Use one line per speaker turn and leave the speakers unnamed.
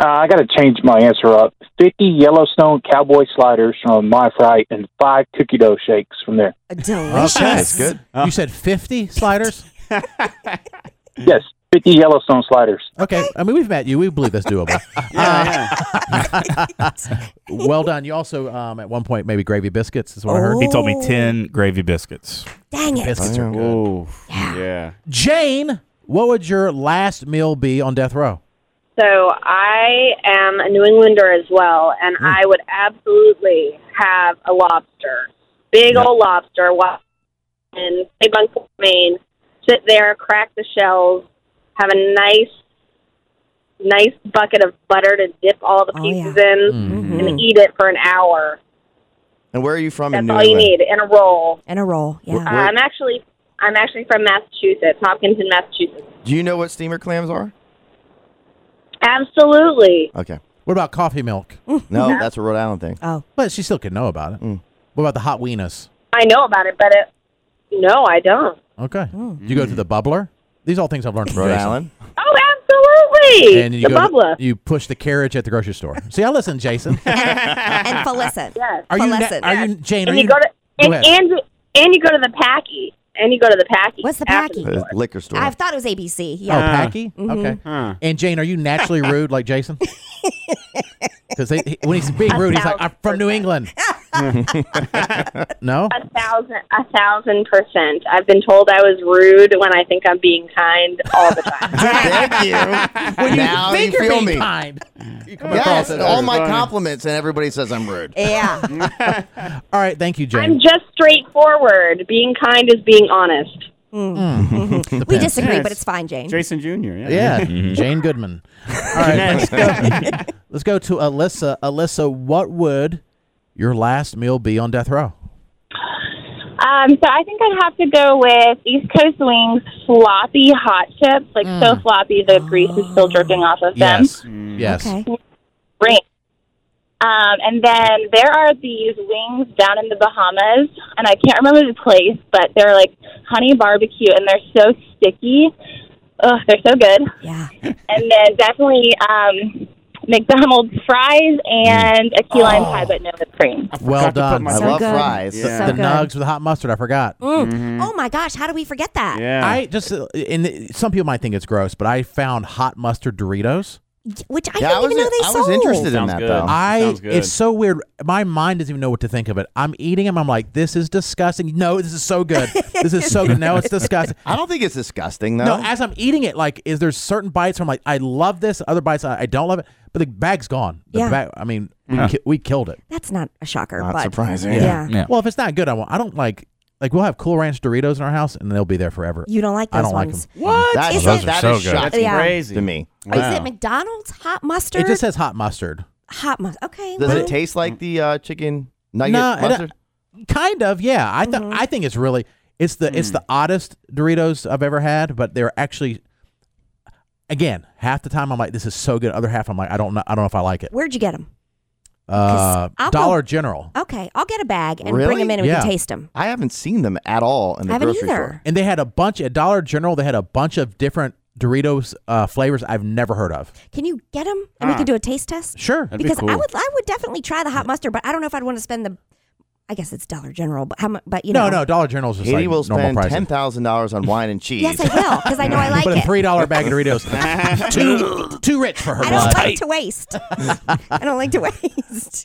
Uh, I got to change my answer up. 50 Yellowstone Cowboy sliders from My Fright and five cookie dough shakes from there.
Delicious.
Okay, that's good.
You said 50 sliders?
Yes, 50 Yellowstone sliders.
Okay. I mean, we've met you. We believe that's doable.
Yeah,
well done. You also, um, at one point, maybe gravy biscuits is what I heard.
He told me 10 gravy biscuits.
Dang it.
Biscuits are
Oh, Yeah.
Yeah.
good.
yeah.
Jane, what would your last meal be on death row?
So I am a New Englander as well, and I would absolutely have a lobster, big old lobster, walk in play Bunkport, Maine, sit there, crack the shells, have a nice, nice bucket of butter to dip all the
Oh,
pieces in,
Mhm.
and eat it for an hour.
And where are you from
That's
in New
all you
England?
need, and a roll. Uh,
And a roll.
Wh-
Yeah.
where-
I'm actually, I'm actually from Massachusetts, Hopkinton, Massachusetts.
Do you know what steamer clams are?
Absolutely.
Okay.
What about coffee milk?
No, that's a Rhode Island thing.
Oh,
But she still could know about it. What about the hot weenus?
I know about it, but it, no, I don't.
Okay. You go to the bubbler? These are all things I've learned from
Rhode
Jason.
Island.
Oh, absolutely.
And you
the
go to-
bubbler.
you push the carriage at the grocery store. See, I listen, Jason.
and Felicit.
Yes.
Are you? na-
Fluorescent.
are you Jane? Are
and you go to and,
ahead.
and and you go to the packy. And you go to the packy.
What's the
after
packy?
the
Uh,
store.
liquor store.
I thought it was ABC.
Oh,
Yeah.
Packy. Okay.
Huh.
And Jane, are you naturally rude like Jason? Because he, when he's being rude, he's like, "I'm from New England." no.
A thousand, a thousand percent. I've been told I was rude when I think I'm being kind all the time.
Thank you. now you
are
feel
being
me.
kind. You come
Yes,
across it.
and all my compliments, and everybody says I'm rude.
Yeah.
All right, thank you,
I'm
Jane.
just straightforward. Being kind is being honest.
We
Depends.
disagree,
Yes.
but it's fine, Jane.
Jason Jr. Yeah.
Yeah, Jane Goodman. All right, let's go. Let's go to Alyssa. Alyssa, what would your last meal be on death row?
Um, so I think I'd have to go with East Coast Wings floppy hot chips, like so floppy the grease is still dripping off of them.
Yes. Yes.
Okay.
Great. Um, and then there are these wings down in the Bahamas, and I can't remember the place, but they're like honey barbecue, and they're so sticky. Ugh, they're so good.
Yeah.
And then definitely um, McDonald's fries and a key lime pie, but no whipped cream.
Well done.
I
So
love
good.
fries.
Yeah.
So
the
good.
nugs with the hot mustard. I forgot.
Mm.
Mm-hmm.
Oh my gosh, how do we forget that?
Yeah.
I just uh, and it- some people might think it's gross, but I found hot mustard Doritos.
Which I
Yeah,
didn't
I was,
even know they
I
sold.
was interested in
Sounds
that,
good.
though.
I
sounds good.
it's so weird. My mind doesn't even know what to think of it. I'm eating them. I'm like, this is disgusting. No, this is so good. This is so good. No, it's disgusting.
I don't think it's disgusting, though.
No, as I'm eating it, like, is there certain bites where I'm like, I love this, other bites I, I don't love it, but the bag's gone. The
Yeah.
bag, I mean, we, ki- we killed it.
That's not a shocker,
Not
but
surprising.
Yeah.
Yeah.
Well, if it's not good, I won't. I don't like. Like we'll have Cool Ranch Doritos in our house, and they'll be there forever.
you don't like those
I don't like
ones.
them. What?
That,
Is
those
it-
are
so
so
good.
shocking
Yeah.
Crazy.
to me.
Is
Wow.
it McDonald's hot mustard?
It just says hot mustard.
hot mustard. Okay.
Does
well,
it taste like the uh, chicken nugget
No, it-
mustard?
Kind of, yeah. I th-
Mm-hmm.
I think it's really it's the
Hmm.
it's the oddest Doritos I've ever had, but they're actually again half the time I'm like, this is so good. Other half I'm like, I don't know, I don't know if I like it.
Where'd you get them?
Uh,
I'll go-
Dollar General,
Okay, I'll get a bag and bring
Really?
them in and we
Yeah.
can taste them.
I haven't seen them at all in the
I haven't
grocery
either.
store.
and they had a bunch at Dollar General. They had a bunch of different Doritos uh, flavors I've never heard of.
Can you get them and
Ah.
we can do a taste test?
Sure,
That'd be
Because I
cool.
would, I would definitely try the hot mustard, but I don't know if I'd want to spend the. I guess it's Dollar General, but how much? But you
no,
know,
no, Dollar General's just
Katie
like
will
normal
spend
prices.
ten thousand dollars on wine and cheese.
Yes, I will because I know I like
but a
it.
three dollar bag of Doritos, too too rich for her
I don't
blood.
like to waste. I don't like to waste.